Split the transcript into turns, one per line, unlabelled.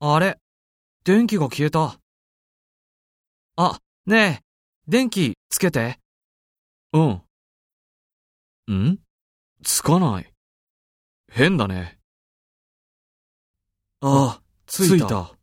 あれ電気が消えた。あ、ねえ、電気つけて。うん。んつかない。変だね。あ、ついた。